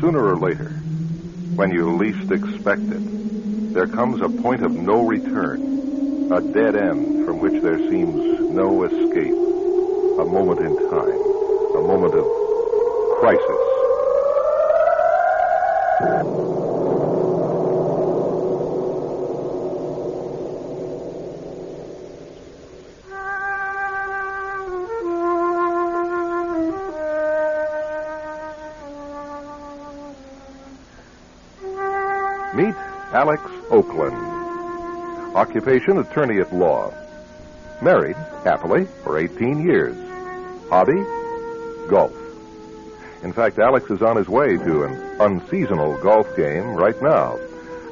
sooner or later, when you least expect it, there comes a point of no return, a dead end from which there seems no escape, a moment in time, a moment of crisis. Meet Alex Oakland. Occupation, attorney at law. Married, happily, for 18 years. Hobby, golf. In fact, Alex is on his way to an unseasonal golf game right now.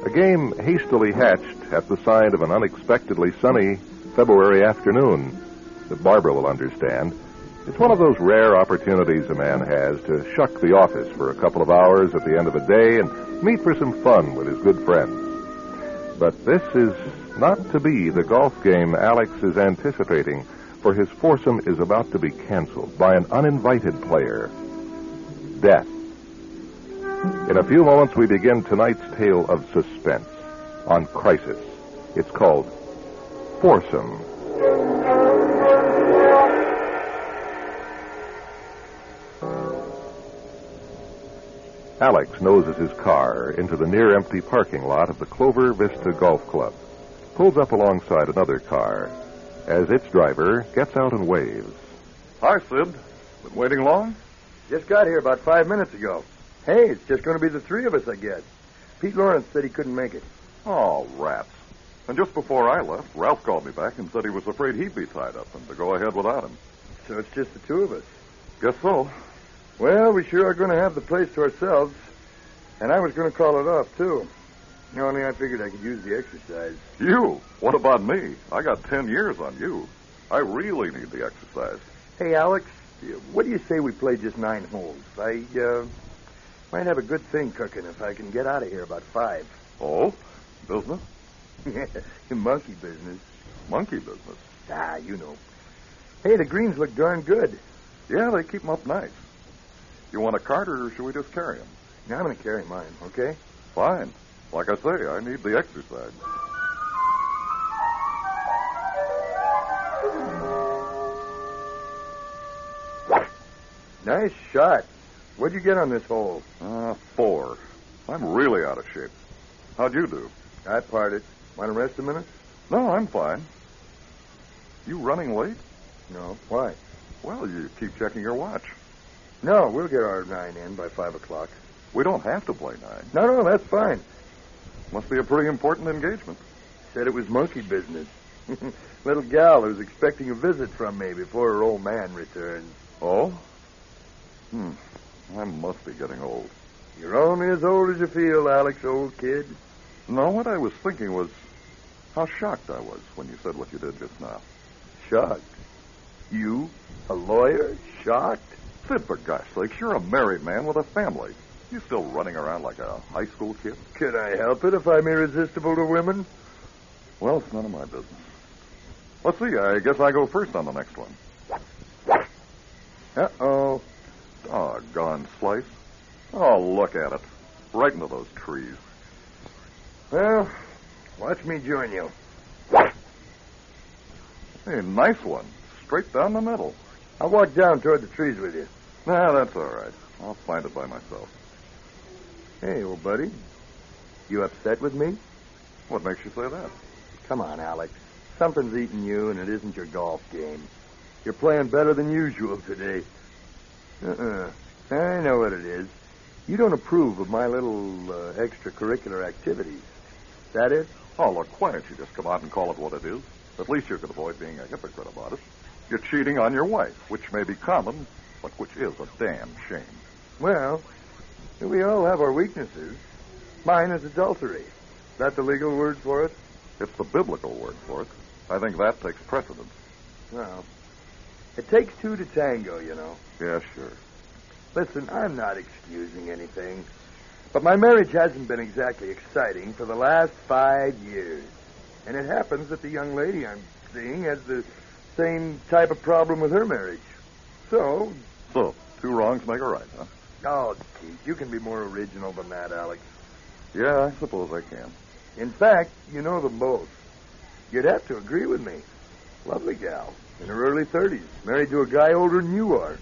A game hastily hatched at the side of an unexpectedly sunny February afternoon that Barbara will understand. It's one of those rare opportunities a man has to shuck the office for a couple of hours at the end of a day and meet for some fun with his good friends. But this is not to be the golf game Alex is anticipating, for his foursome is about to be canceled by an uninvited player. Death. In a few moments, we begin tonight's tale of suspense on Crisis. It's called Foursome. Alex noses his car into the near empty parking lot of the Clover Vista Golf Club, pulls up alongside another car as its driver gets out and waves. Hi, Sid. Been waiting long? Just got here about five minutes ago. Hey, it's just going to be the three of us, I guess. Pete Lawrence said he couldn't make it. Oh, rats. And just before I left, Ralph called me back and said he was afraid he'd be tied up and to go ahead without him. So it's just the two of us. Guess so. Well, we sure are going to have the place to ourselves. And I was going to call it off, too. Only I figured I could use the exercise. You? What about me? I got ten years on you. I really need the exercise. Hey, Alex, what do you say we play just nine holes? I, uh, might have a good thing cooking if I can get out of here about five. Oh? Business? Monkey business. Monkey business. Ah, you know. Hey, the greens look darn good. Yeah, they keep 'em up nice. You want a cart or should we just carry 'em? Now I'm going to carry mine, okay? Fine. Like I say, I need the exercise. Nice shot. What'd you get on this hole? Uh, four. I'm really out of shape. How'd you do? I parted. Want to rest a minute? No, I'm fine. You running late? No. Why? Well, you keep checking your watch. No, we'll get our nine in by five o'clock. We don't have to play nine. No, no, that's fine. Must be a pretty important engagement. Said it was monkey business. Little gal who's expecting a visit from me before her old man returns. Oh? Hmm. I must be getting old. You're only as old as you feel, Alex, old kid. No, what I was thinking was how shocked I was when you said what you did just now. Shocked. You, a lawyer, shocked? Sid, for gosh sakes, you're a married man with a family. You still running around like a high school kid? Could I help it if I'm irresistible to women? Well, it's none of my business. Let's see, I guess I go first on the next one. Uh oh. Doggone slice. Oh, look at it. Right into those trees. Well, watch me join you. Hey, nice one. Straight down the middle. I'll walk down toward the trees with you. Nah, that's all right. I'll find it by myself. Hey, old buddy. You upset with me? What makes you say that? Come on, Alex. Something's eating you, and it isn't your golf game. You're playing better than usual today. Uh-uh. I know what it is. You don't approve of my little uh, extracurricular activities. That it? Oh, look, why don't you just come out and call it what it is? At least you can avoid being a hypocrite about it. You're cheating on your wife, which may be common, but which is a damn shame. Well, we all have our weaknesses. Mine is adultery. Is that the legal word for it? It's the biblical word for it. I think that takes precedence. Well, it takes two to tango, you know. Yeah, sure. Listen, I'm not excusing anything, but my marriage hasn't been exactly exciting for the last five years. And it happens that the young lady I'm seeing has the same type of problem with her marriage. So, So, two wrongs make a right, huh? Oh, Keith, you can be more original than that, Alex. Yeah, I suppose I can. In fact, you know them both. You'd have to agree with me. Lovely gal. In her early 30s. Married to a guy older than you are.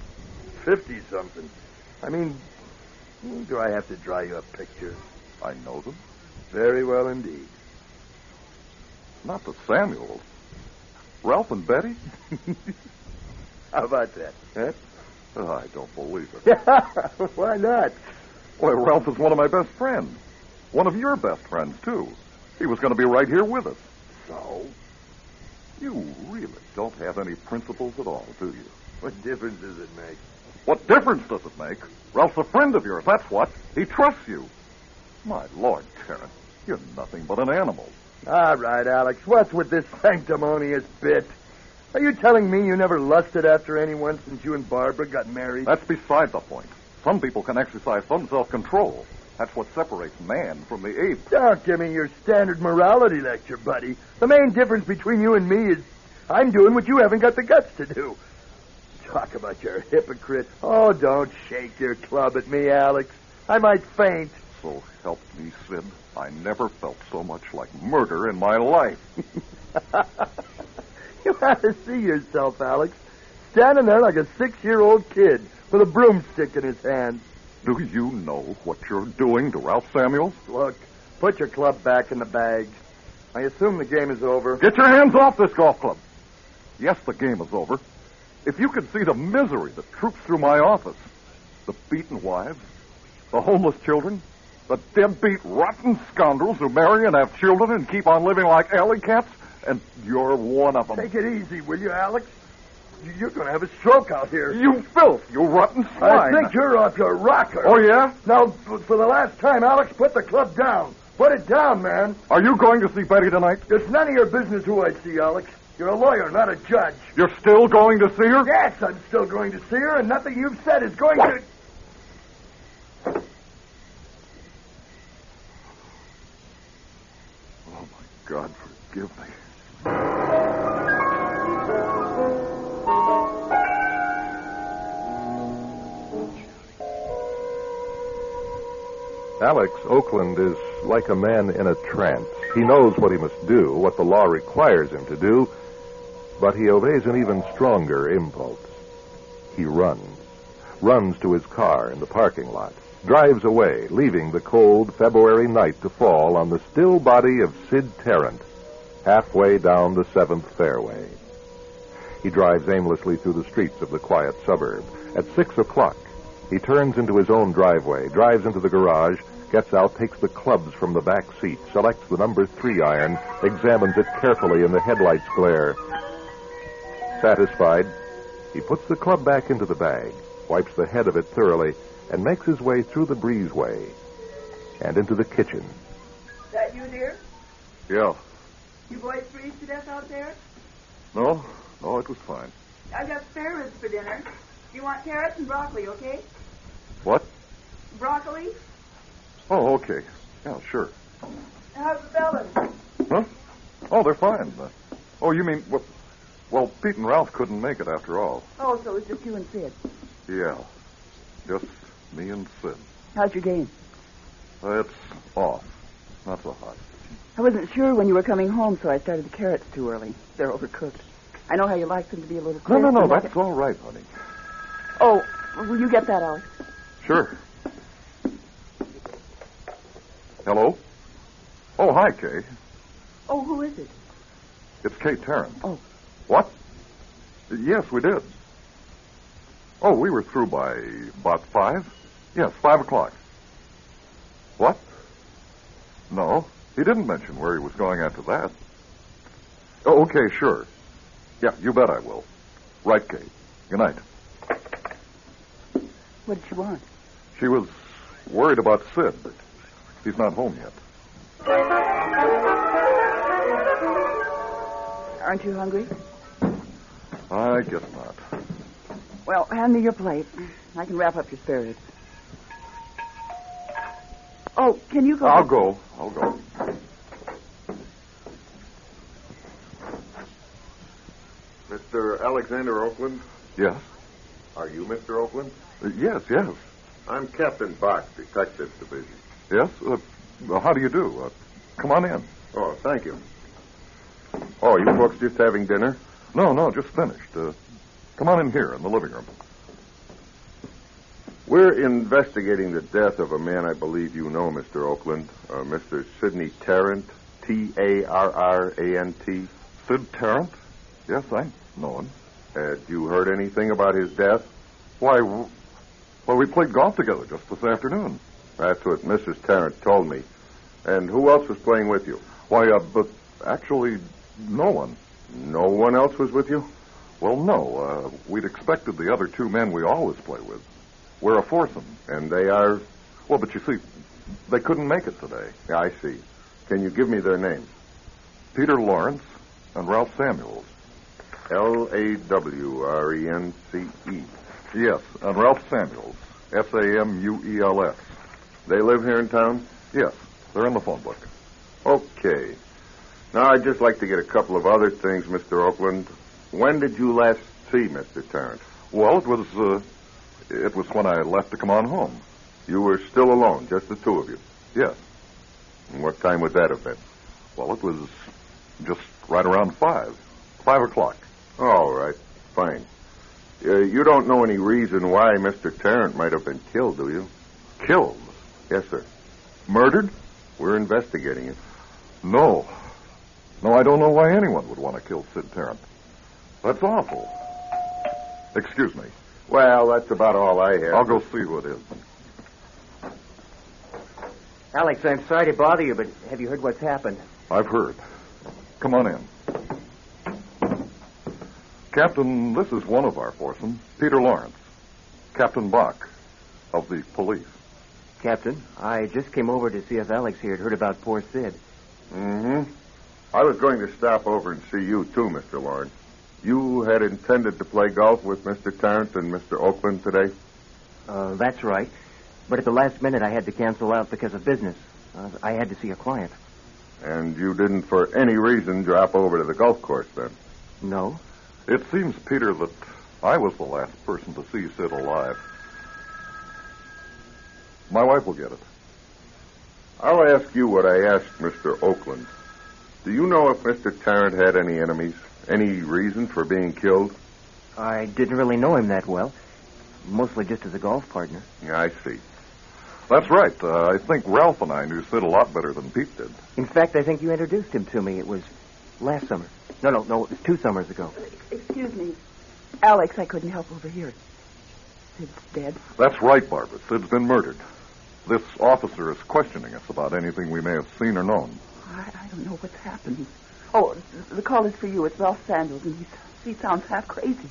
50 something. I mean, do I have to draw you a picture? I know them. Very well indeed. Not the Samuels. Ralph and Betty? How about that? Oh, I don't believe it. Huh? Why not? Why, Ralph is one of my best friends. One of your best friends, too. He was going to be right here with us. So? You really don't have any principles at all, do you? What difference does it make? What difference does it make? Ralph's a friend of yours, that's what. He trusts you. My Lord, Terence, you're nothing but an animal. All right, Alex. What's with this sanctimonious bit? Are you telling me you never lusted after anyone since you and Barbara got married? That's beside the point. Some people can exercise some self control. That's what separates man from the ape. Don't give me your standard morality lecture, buddy. The main difference between you and me is I'm doing what you haven't got the guts to do. Talk about your hypocrite. Oh, don't shake your club at me, Alex. I might faint. So help me, Sid. I never felt so much like murder in my life. you ought to see yourself, Alex. Standing there like a six year old kid with a broomstick in his hand. Do you know what you're doing to Ralph Samuels? Look, put your club back in the bag. I assume the game is over. Get your hands off this golf club. Yes, the game is over. If you could see the misery that troops through my office, the beaten wives, the homeless children, the deadbeat, rotten scoundrels who marry and have children and keep on living like alley cats, and you're one of them. Take it easy, will you, Alex? You- You're going to have a stroke out here. You filth, you rotten I swine. think you're off your rocker. Oh, yeah? Now, f- for the last time, Alex, put the club down. Put it down, man. Are you going to see Betty tonight? It's none of your business who I see, Alex. You're a lawyer, not a judge. You're still going to see her? Yes, I'm still going to see her, and nothing you've said is going to. Oh, my God, forgive me. Alex Oakland is like a man in a trance. He knows what he must do, what the law requires him to do, but he obeys an even stronger impulse. He runs. Runs to his car in the parking lot. Drives away, leaving the cold February night to fall on the still body of Sid Tarrant, halfway down the seventh fairway. He drives aimlessly through the streets of the quiet suburb. At six o'clock, he turns into his own driveway, drives into the garage, gets out, takes the clubs from the back seat, selects the number three iron, examines it carefully in the headlights glare. Satisfied, he puts the club back into the bag, wipes the head of it thoroughly, and makes his way through the breezeway and into the kitchen. That you, dear? Yeah. You boys freeze to death out there? No, no, it was fine. I've got spare ribs for dinner. You want carrots and broccoli, okay? What? Broccoli? Oh, okay. Yeah, sure. How's the fellas? Huh? Oh, they're fine. Uh, oh, you mean, well, well, Pete and Ralph couldn't make it after all. Oh, so it's just you and Sid. Yeah. Just me and Sid. How's your game? It's off. Not so hot. I wasn't sure when you were coming home, so I started the carrots too early. They're overcooked. I know how you like them to be a little No, crisp. no, no. and like That's all right, honey. it- Oh, will you get that, Alex? Sure. Hello? Oh, hi, Kay. Oh, who is it? It's Kay Tarrant. Oh. What? Yes, we did. Oh, we were through by about five. Yes, five o'clock. What? No, he didn't mention where he was going after that. Oh, okay, sure. Yeah, you bet I will. Right, Kay. Good night. What did she want? She was worried about Sid. He's not home yet. Aren't you hungry? I guess not. Well, hand me your plate. I can wrap up your spare ribs. Oh, can you go? I'll go. I'll go. Mr. Alexander Oakland, Yes. are you Mr. Oakland? Uh, Yes, yes. I'm Captain Bach, Detective Division. Yes? Uh, well, how do you do? Uh, come on in. Oh, thank you. Oh, you folks just having dinner? No, no, just finished. Uh, come on in here in the living room. We're investigating the death of a man I believe you know, Mr. Oakland. Uh, Mr. Sidney Tarrant, T A R R A N T. Sid Tarrant? Yes, I know him. Had you heard anything about his death? Why, w- well, we played golf together just this afternoon. That's what Mrs. Tarrant told me. And who else was playing with you? Why, uh, but actually, no one. No one else was with you? Well, no. Uh, we'd expected the other two men we always play with. We're a foursome. And they are. Well, but you see, they couldn't make it today. Yeah, I see. Can you give me their names? Peter Lawrence and Ralph Samuels. L A W R E N C E. Yes, and Ralph Samuels. S A M U E L S. They live here in town? Yes, they're in the phone book. Okay. Now, I'd just like to get a couple of other things, Mr. Oakland. When did you last see Mr. Tarrant? Well, it was uh, it was when I left to come on home. You were still alone, just the two of you. Yes. And what time would that have been? Well, it was just right around five, five o'clock. All right, fine. Uh, you don't know any reason why Mr. Tarrant might have been killed, do you? Killed? Yes, sir. Murdered? We're investigating it. No. No, I don't know why anyone would want to kill Sid Tarrant. That's awful. Excuse me. Well, that's about all I have. I'll go see who it is. Alex, I'm sorry to bother you, but have you heard what's happened? I've heard. Come on in. Captain, this is one of our foursome, Peter Lawrence, Captain Bach of the police. Captain, I just came over to see if Alex here had heard about poor Sid. Mm hmm. I was going to stop over and see you, too, Mr. Lawrence. You had intended to play golf with Mr. Tarrant and Mr. Oakland today? Uh, that's right. But at the last minute, I had to cancel out because of business. Uh, I had to see a client. And you didn't, for any reason, drop over to the golf course then? No. It seems, Peter, that I was the last person to see Sid alive. My wife will get it. I'll ask you what I asked Mr. Oakland. Do you know if Mr. Tarrant had any enemies? Any reason for being killed? I didn't really know him that well, mostly just as a golf partner. Yeah, I see. That's right. Uh, I think Ralph and I knew Sid a lot better than Pete did. In fact, I think you introduced him to me. It was last summer. No, no, no, it was two summers ago. Excuse me. Alex, I couldn't help over here. Sid's dead. That's right, Barbara. Sid's been murdered. This officer is questioning us about anything we may have seen or known. I, I don't know what's happened. Oh, the call is for you. It's Ralph Sandals, and he's, he sounds half crazy.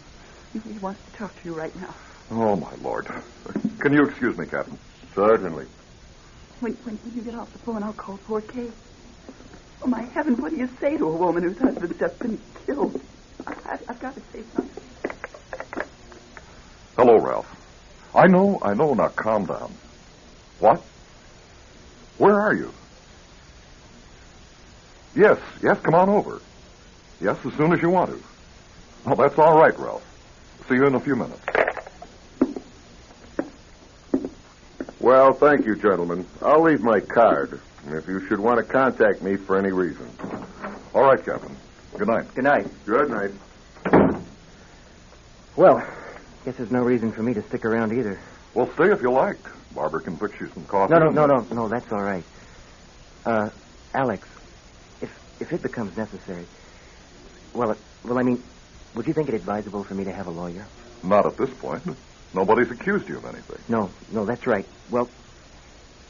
He, he wants to talk to you right now. Oh, my lord. Can you excuse me, Captain? Certainly. When, when, when you get off the phone, I'll call poor Kate. Oh, my heaven, what do you say to a woman whose husband's just been killed? I, have got to say something. Hello, Ralph. I know, I know. Now, calm down. What? Where are you? Yes, yes, come on over. Yes, as soon as you want to. Well, that's all right, Ralph. See you in a few minutes. Well, thank you, gentlemen. I'll leave my card if you should want to contact me for any reason. All right, Captain. Good night. Good night. Good night. Well, guess there's no reason for me to stick around either. Well, stay if you like. Barbara can fix you some coffee. No, no, no, no, no. That's all right. Uh, Alex, if if it becomes necessary, well, uh, well, I mean, would you think it advisable for me to have a lawyer? Not at this point. Nobody's accused you of anything. No, no, that's right. Well,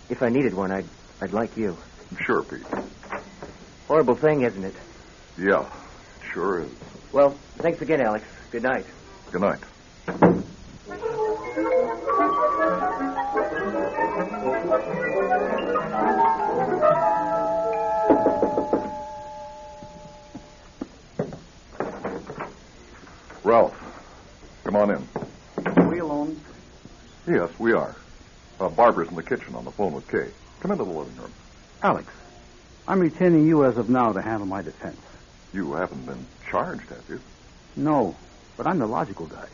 if I needed one, I'd I'd like you. Sure, Pete. Horrible thing, isn't it? Yeah, sure is. Well, thanks again, Alex. Good night. Good night. Ralph, come on in. Are we alone? Yes, we are. Uh, Barbara's in the kitchen on the phone with Kay. Come into the living room. Alex, I'm retaining you as of now to handle my defense. You haven't been charged, have you? No, but I'm the logical guy.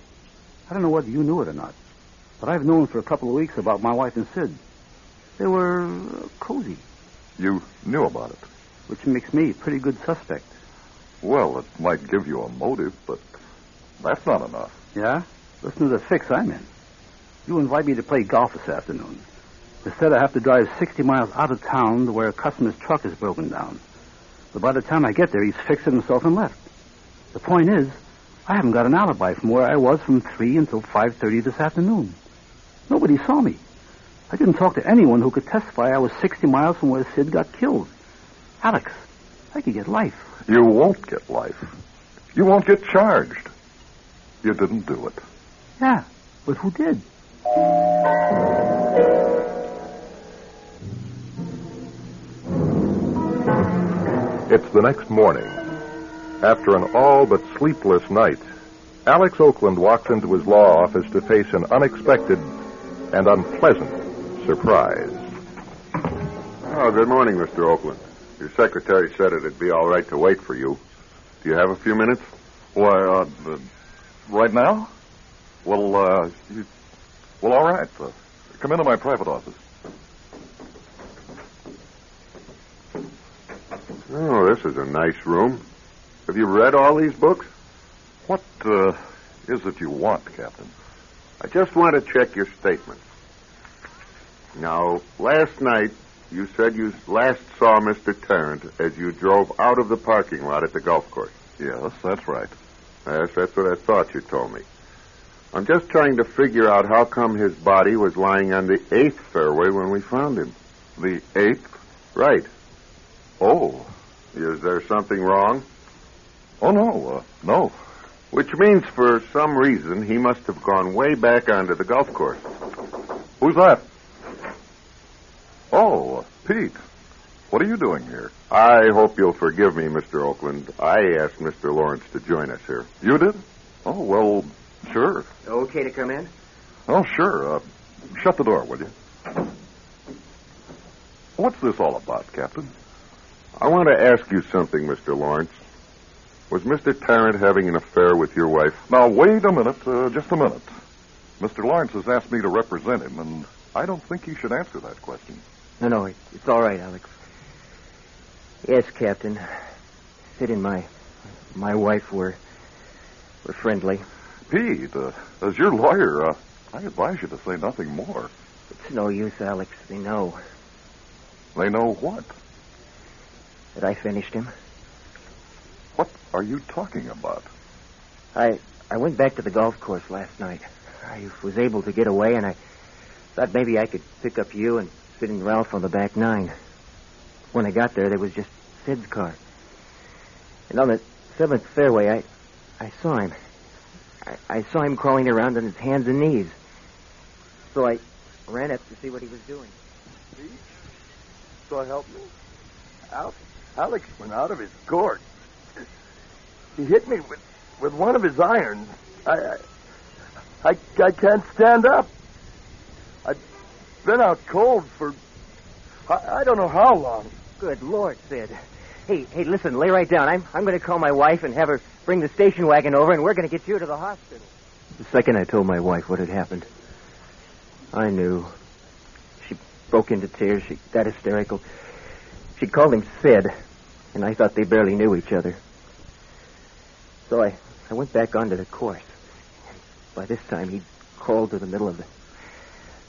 I don't know whether you knew it or not. But I've known for a couple of weeks about my wife and Sid. They were uh, cozy, You knew about it. which makes me a pretty good suspect. Well, it might give you a motive, but that's not enough. Yeah? Listen to the fix I'm in. You invite me to play golf this afternoon. Instead, I have to drive 60 miles out of town to where a customer's truck is broken down. But by the time I get there, he's fixed it himself and left. The point is, I haven't got an alibi from where I was from 3 until 5.30 this afternoon. Nobody saw me. I didn't talk to anyone who could testify I was 60 miles from where Sid got killed. Alex, I could get life. You won't get life. You won't get charged. You didn't do it. Yeah, but who did? It's the next morning. After an all but sleepless night, Alex Oakland walks into his law office to face an unexpected and unpleasant surprise. Oh, good morning, Mr. Oakland. Your secretary said it'd be all right to wait for you. Do you have a few minutes? Why, uh, the- right now? Well, uh, you, well, all right. Uh, come into my private office. Oh, this is a nice room. Have you read all these books? What uh, is it you want, Captain? I just want to check your statement. Now, last night, you said you last saw Mr. Tarrant as you drove out of the parking lot at the golf course. Yes, that's right. Yes, that's what I thought you told me. I'm just trying to figure out how come his body was lying on the eighth fairway when we found him. The eighth? Right. Oh, Is there something wrong? oh no, uh, no. Which means for some reason he must have gone way back onto the golf course. Who's that? Oh, uh, Pete. What are you doing here? I hope you'll forgive me, Mr. Oakland. I asked Mr. Lawrence to join us here. You did? Oh well, sure. Okay to come in? Oh sure. Uh, shut the door, will you? What's this all about, Captain? I want to ask you something, Mr. Lawrence. Was Mr. Tarrant having an affair with your wife? Now wait a minute, uh, just a minute. Mr. Lawrence has asked me to represent him, and I don't think he should answer that question. No, no, it, it's all right, Alex. Yes, Captain. Sid and my my wife were were friendly. Pete, uh, as your lawyer, uh, I advise you to say nothing more. It's no use, Alex. They know They know what? that I finished him. What are you talking about? I I went back to the golf course last night. I was able to get away, and I thought maybe I could pick up you and Sid and Ralph on the back nine. When I got there, there was just Sid's car. And on the seventh fairway, I I saw him. I, I saw him crawling around on his hands and knees. So I ran up to see what he was doing. So help me. Al- Alex went out of his gourd. He hit me with, with one of his irons. I, I, I, I can't stand up. I've been out cold for I, I don't know how long. Good Lord, Sid. Hey, hey, listen, lay right down. I'm, I'm going to call my wife and have her bring the station wagon over, and we're going to get you to the hospital. The second I told my wife what had happened, I knew. She broke into tears. She got hysterical. She called him Sid, and I thought they barely knew each other. So I, I went back onto the course. By this time, he'd crawled to the middle of the,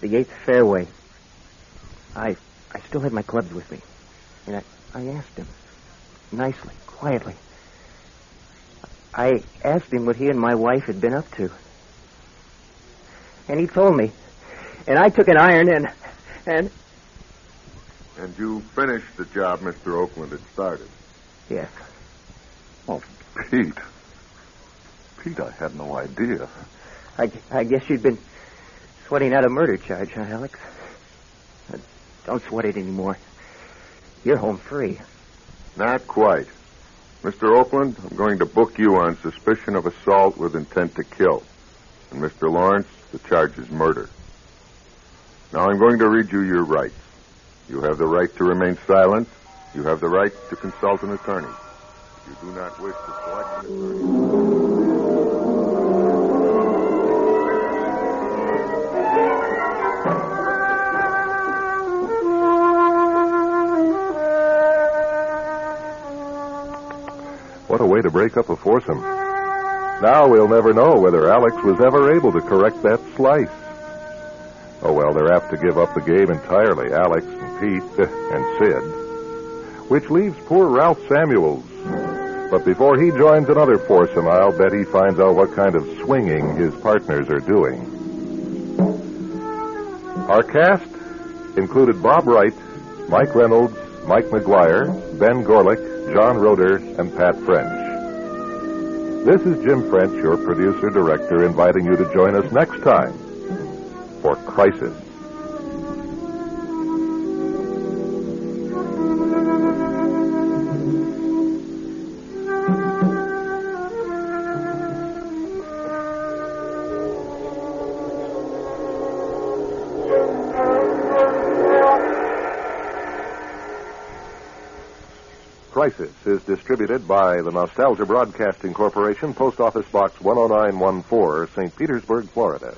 the eighth fairway. I, I still had my clubs with me. And I, I asked him, nicely, quietly. I asked him what he and my wife had been up to. And he told me. And I took an iron and. and. And you finished the job Mr. Oakland had started. Yes. Oh, Pete. Pete, I had no idea. I, I guess you'd been sweating out a murder charge, huh, Alex? Uh, Don't sweat it anymore. You're home free. Not quite. Mr. Oakland, I'm going to book you on suspicion of assault with intent to kill. And Mr. Lawrence, the charge is murder. Now I'm going to read you your rights. You have the right to remain silent. You have the right to consult an attorney. If you do not wish to select an attorney. break up a foursome. Now we'll never know whether Alex was ever able to correct that slice. Oh, well, they're apt to give up the game entirely, Alex and Pete and Sid. Which leaves poor Ralph Samuels. But before he joins another foursome, I'll bet he finds out what kind of swinging his partners are doing. Our cast included Bob Wright, Mike Reynolds, Mike McGuire, Ben Gorlick, John Roeder, and Pat French. This is Jim French, your producer director, inviting you to join us next time for Crisis. Crisis is distributed by the oh Nostalgia Broadcasting Corporation, Post Office Box 10914, St. Petersburg, Florida.